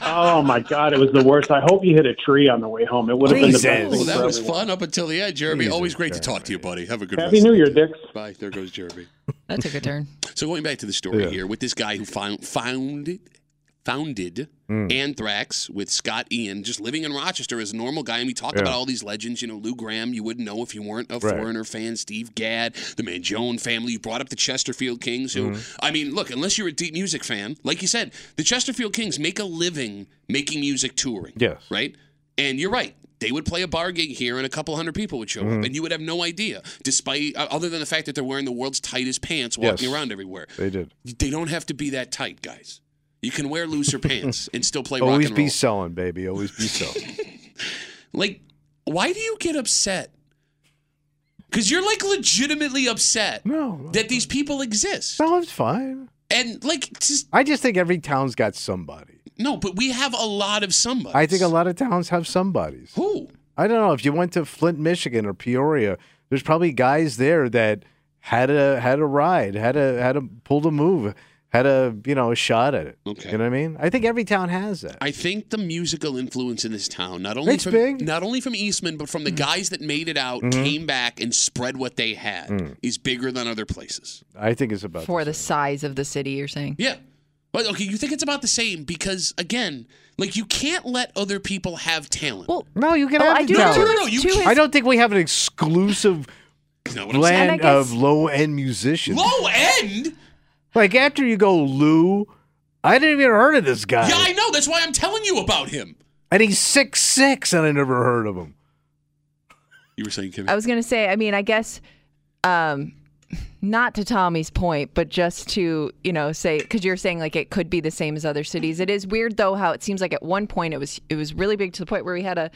S9: Oh my God, it was the worst. I hope you hit a tree on the way home. It would have been the best
S3: Jesus.
S9: thing
S2: Oh, that
S9: for
S2: was
S9: everyone.
S2: fun up until the end, Jeremy. Always great to talk to you, buddy. Have a good
S9: Happy
S2: rest of
S9: New
S2: the
S9: Year,
S2: day.
S9: Dicks.
S2: Bye. There goes Jeremy.
S10: That took a turn.
S2: So going back to the story
S3: Yeah.
S2: here with this guy who found founded founded
S3: Mm.
S2: Anthrax with Scott Ian, just living in Rochester as a normal guy. And we talked
S3: Yeah.
S2: about all these legends, you know, Lou Graham, you wouldn't know if you weren't a
S3: Right.
S2: foreigner fan, Steve Gadd, the Manjone family. You brought up the Chesterfield Kings, who
S3: Mm-hmm.
S2: I mean, look, unless you're a deep music fan, like you said, the Chesterfield Kings make a living making music touring.
S3: Yes.
S2: Right? And you're right. They would play a bar gig here and a couple hundred people would show
S3: Mm-hmm.
S2: up and you would have no idea, despite uh, other than the fact that they're wearing the world's tightest pants walking
S3: Yes.
S2: around everywhere.
S3: They did.
S2: They don't have to be that tight, guys. You can wear looser pants and still play rock
S3: Oh, Always
S2: and roll.
S3: be selling, baby. Always be selling.
S2: like, why do you get upset? Because you're like legitimately upset
S3: no,
S2: that these people exist.
S3: no, it's fine.
S2: And like, just
S3: I just think every town's got somebody.
S2: no, but we have a lot of somebody.
S3: I think a lot of towns have somebodies.
S2: Who?
S3: I don't know if you went to Flint, Michigan, or Peoria. There's probably guys there that had a had a ride, had a had a pulled a move, had a you know a shot at it.
S2: Okay.
S3: you know what I mean? I think every town has that.
S2: I think the musical influence in this town, not only
S3: It's
S2: from
S3: big. Mm. Mm-hmm.
S2: not only from Eastman, but from the guys that made it out, came back and spread what they had,
S3: Mm.
S2: is bigger than other places.
S3: I think it's about
S10: For the size of the city, you're saying?
S2: Yeah. But okay, you think it's about the same because again, like you can't let other people have talent.
S10: Well,
S3: no. You can
S4: Oh,
S3: have
S4: I
S3: a
S4: do
S2: No,
S3: town.
S2: no,
S4: know
S2: no, you
S4: to his-
S3: I don't think we have an exclusive
S2: That's not what I'm saying.
S3: land
S4: And I
S3: of
S4: guess-
S3: low end musicians.
S2: Low end?
S3: Like after you go Lou, I didn't even heard of this guy,
S2: Yeah, I know. That's why I'm telling you about him.
S3: and he's six six, and I never heard of him.
S2: You were saying, Kimmy?
S4: I was gonna say, I mean, I guess, um, not to Tommy's point, but just to you know say because you're saying like it could be the same as other cities. It is weird though how it seems like at one point it was it was really big to the point where we had a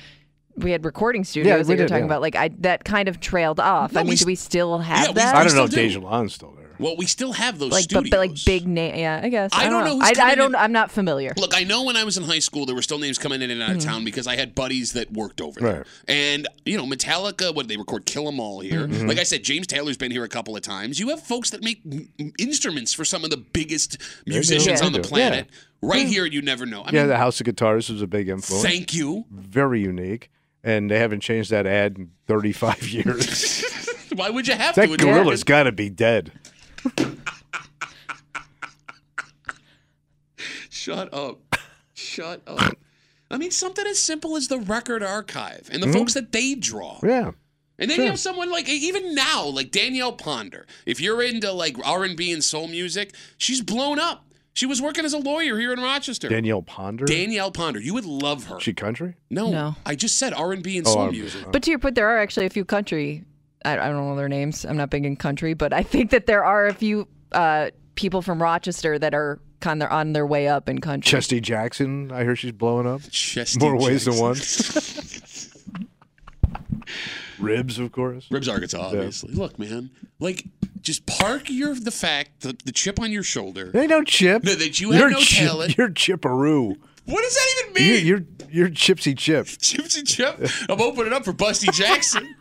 S4: we had recording studios that
S3: we
S4: you were
S3: did,
S4: talking
S3: yeah.
S4: about. Like I that kind of trailed off.
S2: No,
S4: I mean,
S2: we
S4: do we
S2: st-
S4: still have
S2: yeah, we
S4: that?
S3: I
S2: still
S3: don't know if
S2: do.
S3: Deja Lon's still there.
S2: well, we still have those
S4: like, but,
S2: studios.
S4: but like big name. Yeah, I guess.
S2: I
S4: I,
S2: don't know who's
S4: I,
S2: coming
S4: I
S2: in
S4: don't.
S2: and-
S4: I'm not familiar.
S2: Look, I know when I was in high school, there were still names coming in and out of town because I had buddies that worked over there.
S3: Mm-hmm. Right.
S2: And, you know, Metallica, what they record, Kill 'Em All here.
S3: Mm-hmm.
S2: Like I said, James Taylor's been here a couple of times. You have folks that make m- m- instruments for some of the biggest musicians
S3: Yeah.
S2: on the
S3: Yeah.
S2: planet right here, and you never know. I
S3: yeah,
S2: mean,
S3: the House of Guitars was a big influence.
S2: thank you.
S3: Very unique, and they haven't changed that ad in 35 years.
S2: Why would you have
S3: that
S2: to? It's-
S3: gorilla's got to be dead.
S2: Shut up. Shut up. I mean, something as simple as the record archive and the
S3: Mm-hmm.
S2: folks that they draw.
S3: Yeah,
S2: And then you
S3: Sure.
S2: have someone like even now, like Danielle Ponder. If you're into like R and B and soul music, she's blown up. She was working as a lawyer here in Rochester.
S3: Danielle Ponder.
S2: Danielle Ponder, you would love her.
S3: she country.
S2: no,
S4: No.
S2: I just said R and B and
S3: Oh,
S2: soul
S3: I'm-
S2: music.
S4: But to your point, there are actually a few country. I, I don't know their names. I'm not big in country, but I think that there are a few uh, people from Rochester that are kind of on their way up in country.
S3: Chesty Jackson. I hear she's blowing up.
S2: Chesty
S3: More ways than
S2: Jackson.
S3: one. Ribs, of course.
S2: Ribs Arkansas, obviously. Look, man, like just park your the fact that the chip on your shoulder.
S3: They no chip.
S2: No, that you have
S3: You're
S2: no
S3: chip-
S2: talent.
S3: You're chipperoo.
S2: What does that even
S3: You,
S2: mean?
S3: you're you're Gypsy Chip.
S2: Gypsy Chip. I'm opening up for Busty Jackson.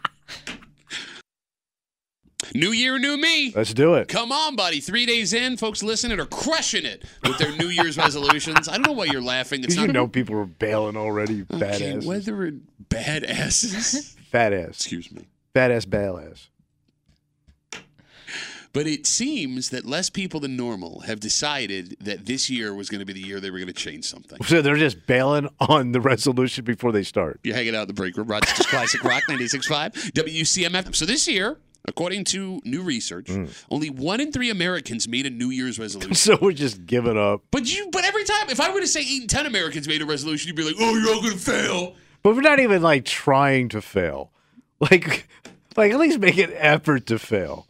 S2: new year, new me.
S3: Let's do it.
S2: Come on, buddy. Three days in, folks listening are crushing it with their New Year's resolutions. I don't know why you're laughing. It's
S3: 'Cause
S2: not
S3: you know people are bailing already.
S2: okay,
S3: Badass.
S2: whether it badasses.
S3: Fat ass.
S2: Excuse me.
S3: Fat ass, badass.
S2: But it seems that less people than normal have decided that this year was going to be the year they were going to change something.
S3: So they're just bailing on the resolution before they start.
S2: You're hanging out in the break room, Rochester's Classic Rock 96.5, WCMF. So this year, according to new research, only one in three Americans made a New Year's resolution.
S3: So we're just giving up.
S2: But you, but every time, if I were to say eight in ten Americans made a resolution, you'd be like, "Oh, you're all gonna fail."
S3: But we're not even like trying to fail. Like, like at least make an effort to fail.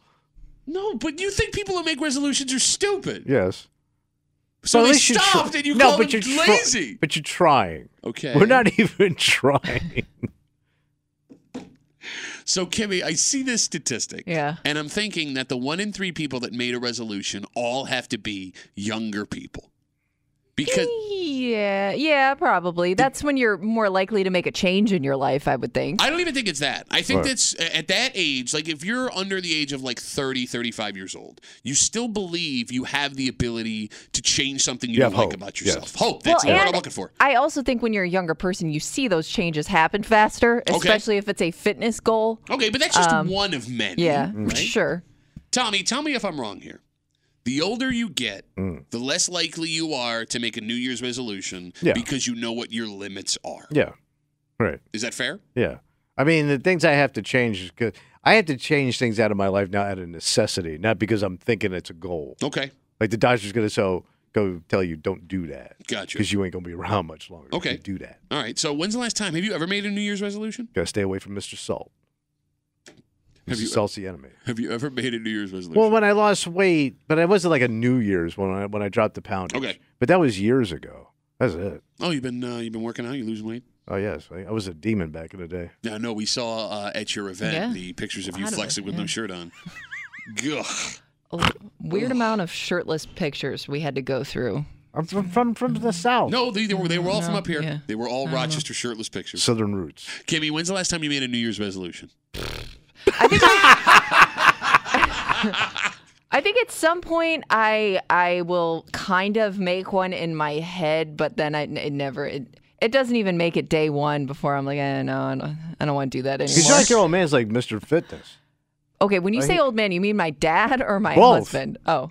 S2: No, but you think people who make resolutions are stupid,
S3: Yes.
S2: so
S3: But at
S2: they
S3: least you're try-
S2: stopped, and you
S3: no,
S2: call
S3: but
S2: them
S3: you're try-
S2: lazy.
S3: but you're trying.
S2: okay,
S3: We're not even trying.
S2: So Kimmy, I see this statistic,
S4: Yeah.
S2: and I'm thinking that the one in three people that made a resolution all have to be younger people, because
S4: Yeah, yeah, probably. That's when you're more likely to make a change in your life, I would think.
S2: I don't even think it's that. I think
S3: Right.
S2: that's at that age, like if you're under the age of like 30, 35 years old, you still believe you have the ability to change something you,
S3: You
S2: don't
S3: have
S2: like
S3: hope,
S2: about
S3: yes.
S2: yourself. Hope. That's
S4: Well,
S2: the word
S4: and
S2: I'm looking for.
S4: I also think when you're a younger person, you see those changes happen faster, especially if it's a fitness goal.
S2: Okay, but that's just
S4: Um,
S2: one of many.
S4: Yeah,
S2: Right?
S4: sure.
S2: Tommy, tell me if I'm wrong here. The older you get,
S3: Mm.
S2: the less likely you are to make a New Year's resolution
S3: Yeah.
S2: because you know what your limits are.
S3: yeah. Right.
S2: Is that fair?
S3: Yeah. I mean, the things I have to change is because I have to change things out of my life now out of necessity, not because I'm thinking it's a goal.
S2: Okay.
S3: Like the doctor's going to so go tell you don't do that
S2: Gotcha.
S3: because you ain't going to be around much longer. if you
S2: Okay.
S3: do that.
S2: All right. So when's the last time? Have you ever made a New Year's resolution?
S3: Got to stay away from Mr. Salt. Mr.
S2: Have you- uh,
S3: Salt's the enemy.
S2: Have you ever made a New Year's resolution?
S3: Well, when I lost weight, but it wasn't like a New Year's when I when I dropped the pound.
S2: Okay.
S3: But that was years ago. That's it.
S2: oh, you've been uh, you've been working out. You losing weight?
S3: Oh yes, I, I was a demon back in the day.
S2: Yeah, I know. We saw uh, at your event
S4: Yeah.
S2: the pictures of
S4: A
S2: you
S4: lot of
S2: flexing
S4: it,
S2: with no
S4: yeah.
S2: shirt on. Gah.
S4: A weird amount of shirtless pictures we had to go through.
S3: I'm from from, from the south.
S2: No, they, they were they were all from
S4: No,
S2: up here.
S4: yeah.
S2: They were all Rochester shirtless pictures.
S3: Southern roots.
S2: Kimmy, when's the last time you made a New Year's resolution?
S4: I think at some point I I will kind of make one in my head, but then I it never it, it doesn't even make it day one before I'm like, eh, no, I don't, I don't want to do that
S3: He's
S4: anymore.
S3: like your old man's like Mr. Fitness.
S4: Okay, when you say old man, you mean my dad or my
S3: Both.
S4: husband? Oh,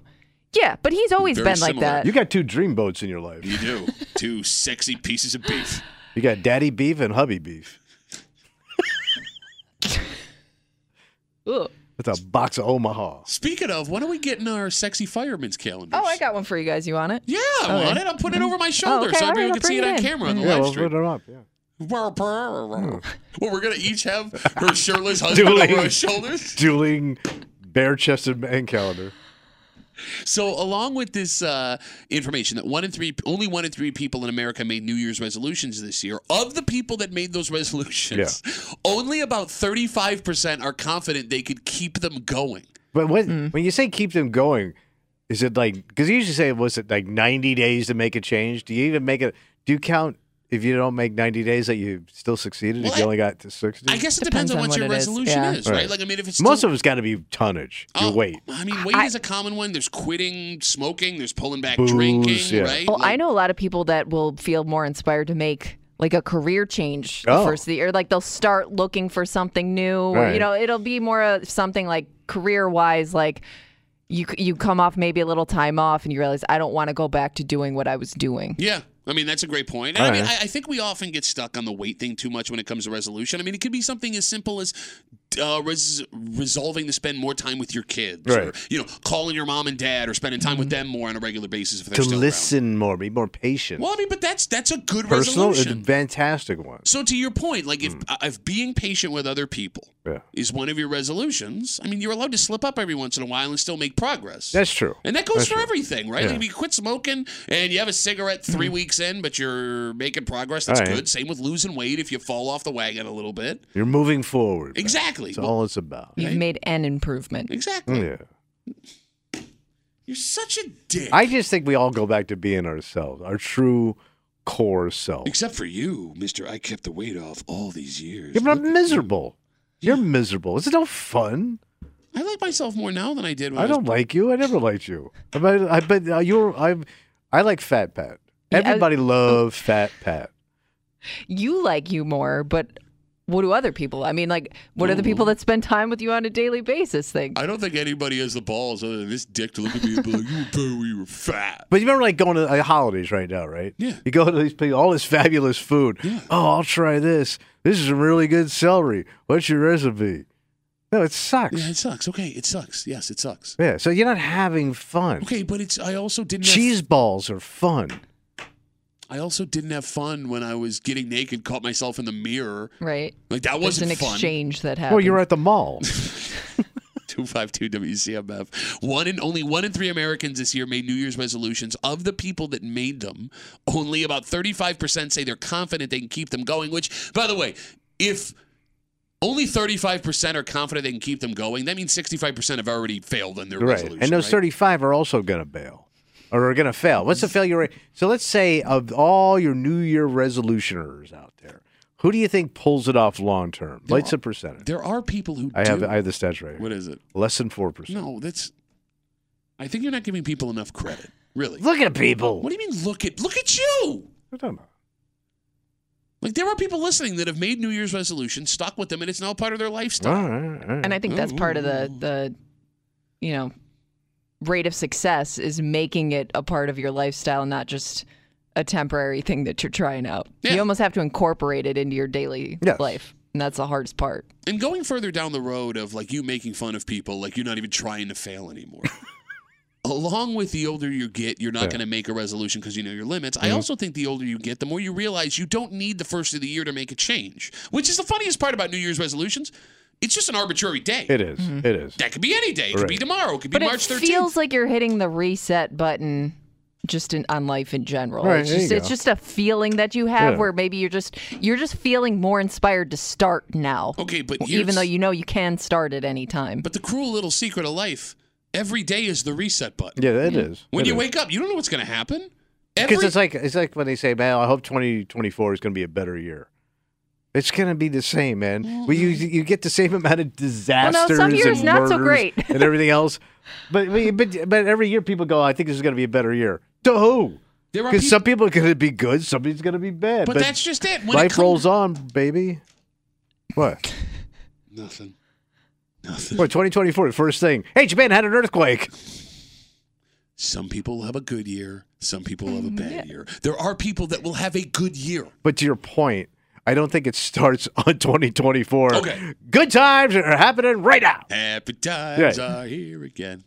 S4: yeah, but he's always
S2: Very
S4: been like
S2: similar.
S4: that.
S3: You got two dreamboats in your life.
S2: You do two sexy pieces of beef.
S3: You got daddy beef and hubby beef.
S4: Ugh.
S3: That's a box of Omaha.
S2: Speaking of, when are we getting our sexy fireman's calendars?
S4: Oh, I got one for you guys. You want it?
S2: Yeah, I want it. I'm putting it over my shoulder
S4: okay,
S2: so
S4: all
S2: everyone
S4: right,
S2: can
S4: I'll
S2: see it
S4: bring
S2: on
S4: it in.
S2: camera on the
S3: Yeah,
S2: live
S3: well,
S2: stream.
S3: put it up. Yeah.
S2: Well, we're gonna each have her shirtless husband
S3: Dueling.
S2: over her shoulders.
S3: Dueling bare chested man calendar.
S2: So, along with this uh, information that one in three, only one in three people in America made New Year's resolutions this year. Of the people that made those resolutions, only about thirty-five percent are confident they could keep them going.
S3: But when when you say keep them going, is it like because you usually say was it like ninety days to make a change? Do you even make it? Do you count if you don't make ninety days that you still succeeded?
S2: Well,
S3: if you
S2: I-
S3: only got to sixty,
S2: I guess it depends,
S4: Mm. Depends
S2: on
S4: on
S2: what,
S4: what
S2: your
S4: it is.
S2: resolution
S4: Yeah.
S2: is, right? Like, I mean, if it's
S3: most
S2: still-
S3: of it's got to be tonnage, your weight.
S2: Oh, I mean, weight is a common one. There's quitting smoking. There's pulling back
S3: Booze,
S2: drinking,
S3: yeah.
S2: right?
S4: Well, Oh, I
S2: Like-
S4: know a lot of people that will feel more inspired to make like a career change the
S3: Oh.
S4: first of the year. Like they'll start looking for something new. Or,
S3: Right.
S4: you know, it'll be more of something like career wise, like you you come off maybe a little time off and you realize I don't want to go back to doing what I was doing.
S2: Yeah. I mean, that's a great point. And I mean,
S3: Alright.
S2: I, I think we often get stuck on the weight thing too much when it comes to resolution. I mean, it could be something as simple as uh, res- resolving to spend more time with your kids, or
S3: Right.
S2: you know, calling your mom and dad, or spending time with them more on a regular basis if they're
S3: To
S2: still
S3: listen more, be more patient.
S2: Around. Well, I mean, but that's that's a good
S3: Personal, Mm. it's a
S2: resolution.
S3: fantastic one.
S2: So to your point, like if uh, if being patient with other people
S3: Yeah,
S2: is one of your resolutions, I mean, you're allowed to slip up every once in a while and still make progress.
S3: that's true.
S2: And that goes
S3: That's
S2: for
S3: true.
S2: everything, right?
S3: Yeah. Mm-hmm.
S2: Like if you quit smoking and you have a cigarette three weeks in, but you're making progress, that's
S3: All right.
S2: good. Same with losing weight if you fall off the wagon a little bit.
S3: You're moving forward. man.
S2: Exactly.
S3: That's all Mm. it's about.
S4: You've made an improvement.
S2: Exactly.
S3: Yeah.
S2: You're such a dick.
S3: I just think we all go back to being ourselves, our true core self.
S2: Except for you, Mister. I kept the weight off all these years.
S3: Yeah, but
S2: Look at
S3: I'm
S2: you.
S3: miserable. You're miserable. It's no fun.
S2: I like myself more now than I did when I,
S3: I don't like you. I never liked you. I bet, I bet uh, you're. I I like Fat Pat.
S2: Oh.
S4: Yeah, I-
S3: Everybody loves Fat Pat.
S4: You like you more, but
S9: what do other people? I mean, like, what are the people that spend time with you on a daily basis think?
S2: I don't think anybody has the balls other than this dick to look at me and be like, "You were fat when you were fat."
S3: But you remember, like going to the holidays right now, right?
S2: Yeah.
S3: You go to these people, all this fabulous food. Oh, I'll try this. This is a really good celery. What's your recipe? No, it sucks.
S2: Yeah,
S3: Yeah.
S2: it sucks. Okay, it sucks. Yes, it sucks.
S3: so you're not having fun.
S2: Okay, but it's. I also didn't. have-
S3: Cheese balls are fun.
S2: I also didn't have fun when I was getting naked, caught myself in the mirror.
S9: Right.
S2: Like that
S9: There's an
S2: wasn't fun.
S9: exchange that happens.
S3: Well, you're at the mall.
S2: 252 WCMF. One and only one in three Americans this year made New Year's resolutions. Of the people that made them, only about 35% say they're confident they can keep them going, which, by the way, if only 35% are confident they can keep them going, that means 65% have already failed in their
S3: right.
S2: resolution.
S3: And those
S2: right?
S3: 35 are also going to bail or are going to fail. What's the failure rate? So let's say of all your New Year resolutioners out there, who do you think pulls it off long term? What's the percentage?
S2: There are people who
S3: I
S2: do.
S3: have I have the stats right here.
S2: what is it?
S3: Less than 4%.
S2: No, that's. I think you're not giving people enough credit. Really?
S3: Look at people.
S2: What do you mean? Look at look at you.
S3: I don't know.
S2: Like there are people listening that have made New Year's resolutions, stuck with them, and it's now part of their lifestyle.
S3: All right, all right, all right.
S9: and I think that's part of the
S2: Ooh.
S9: the you know rate of success is making it a part of your lifestyle, not just a temporary thing that you're trying out.
S2: Yeah.
S9: You almost have to incorporate it into your daily
S3: Yes.
S9: life, and that's the hardest part.
S2: And going further down the road of like you making fun of people, like you're not even trying to fail anymore. Along with the older you get, you're not
S3: Yeah. Mm-hmm.
S2: going to make a resolution because you know your limits. I also think the older you get, the more you realize you don't need the first of the year to make a change, which is the funniest part about New Year's resolutions. It's just an arbitrary day.
S3: It is. It is.
S2: That could be any day. It could
S3: Right.
S2: be tomorrow. It could be
S9: But
S2: March
S9: it
S2: 13th.
S9: feels like you're hitting the reset button just in, on life in general.
S3: Right,
S9: it's
S3: there you
S9: just it's
S3: go.
S9: just a feeling that you have
S3: Yeah.
S9: where maybe you're just you're just feeling more inspired to start now.
S2: okay, but
S9: Even
S2: here's-
S9: though you know you can start at any time.
S2: But the cruel little secret of life, every day is the reset button.
S3: Yeah, that is.
S2: Mm-hmm. When
S3: It
S2: you
S3: is.
S2: wake up, you don't know what's going to happen.
S3: Because
S2: Every-
S3: it's like it's like when they say, "Man, I hope 2024 is going to be a better year." It's going to be the same, man. We you, you get the same amount of disasters
S9: years
S3: and
S9: not so
S3: murders
S9: great.
S3: and everything else. But, but but but every year people go, "I think this is going to be a better year." To who?
S2: There are
S3: Because some people are going to be good, somebody's going to be bad.
S2: But that's just it. When it
S3: life
S2: comes-
S3: rolls on, baby. What?
S2: Nothing. Nothing.
S3: What? 2024, the first thing. Hey, Japan had an earthquake.
S2: Some people have a good year. Some people
S9: Mm,
S2: have a bad year. There are people that will have a good year.
S3: But to your point, I don't think it starts on 2024.
S2: Okay.
S3: Good times are happening right now.
S2: Happy times
S3: Yeah.
S2: are here again.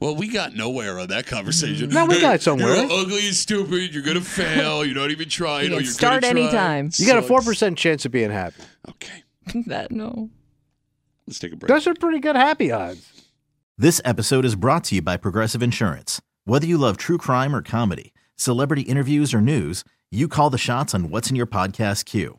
S2: Well, we got nowhere on that conversation.
S3: No, we
S2: Hey,
S3: got somewhere.
S2: You're ugly and stupid. You're gonna fail. You're not even trying.
S9: You
S2: or
S9: can
S2: you're
S9: start
S2: gonna try.
S9: anytime.
S3: You got a
S2: Sucks.
S3: four percent chance of being happy.
S2: Okay,
S9: that no.
S2: let's take a break.
S3: Those are pretty good happy odds.
S7: This episode is brought to you by Progressive Insurance. Whether you love true crime or comedy, celebrity interviews or news, you call the shots on what's in your podcast queue.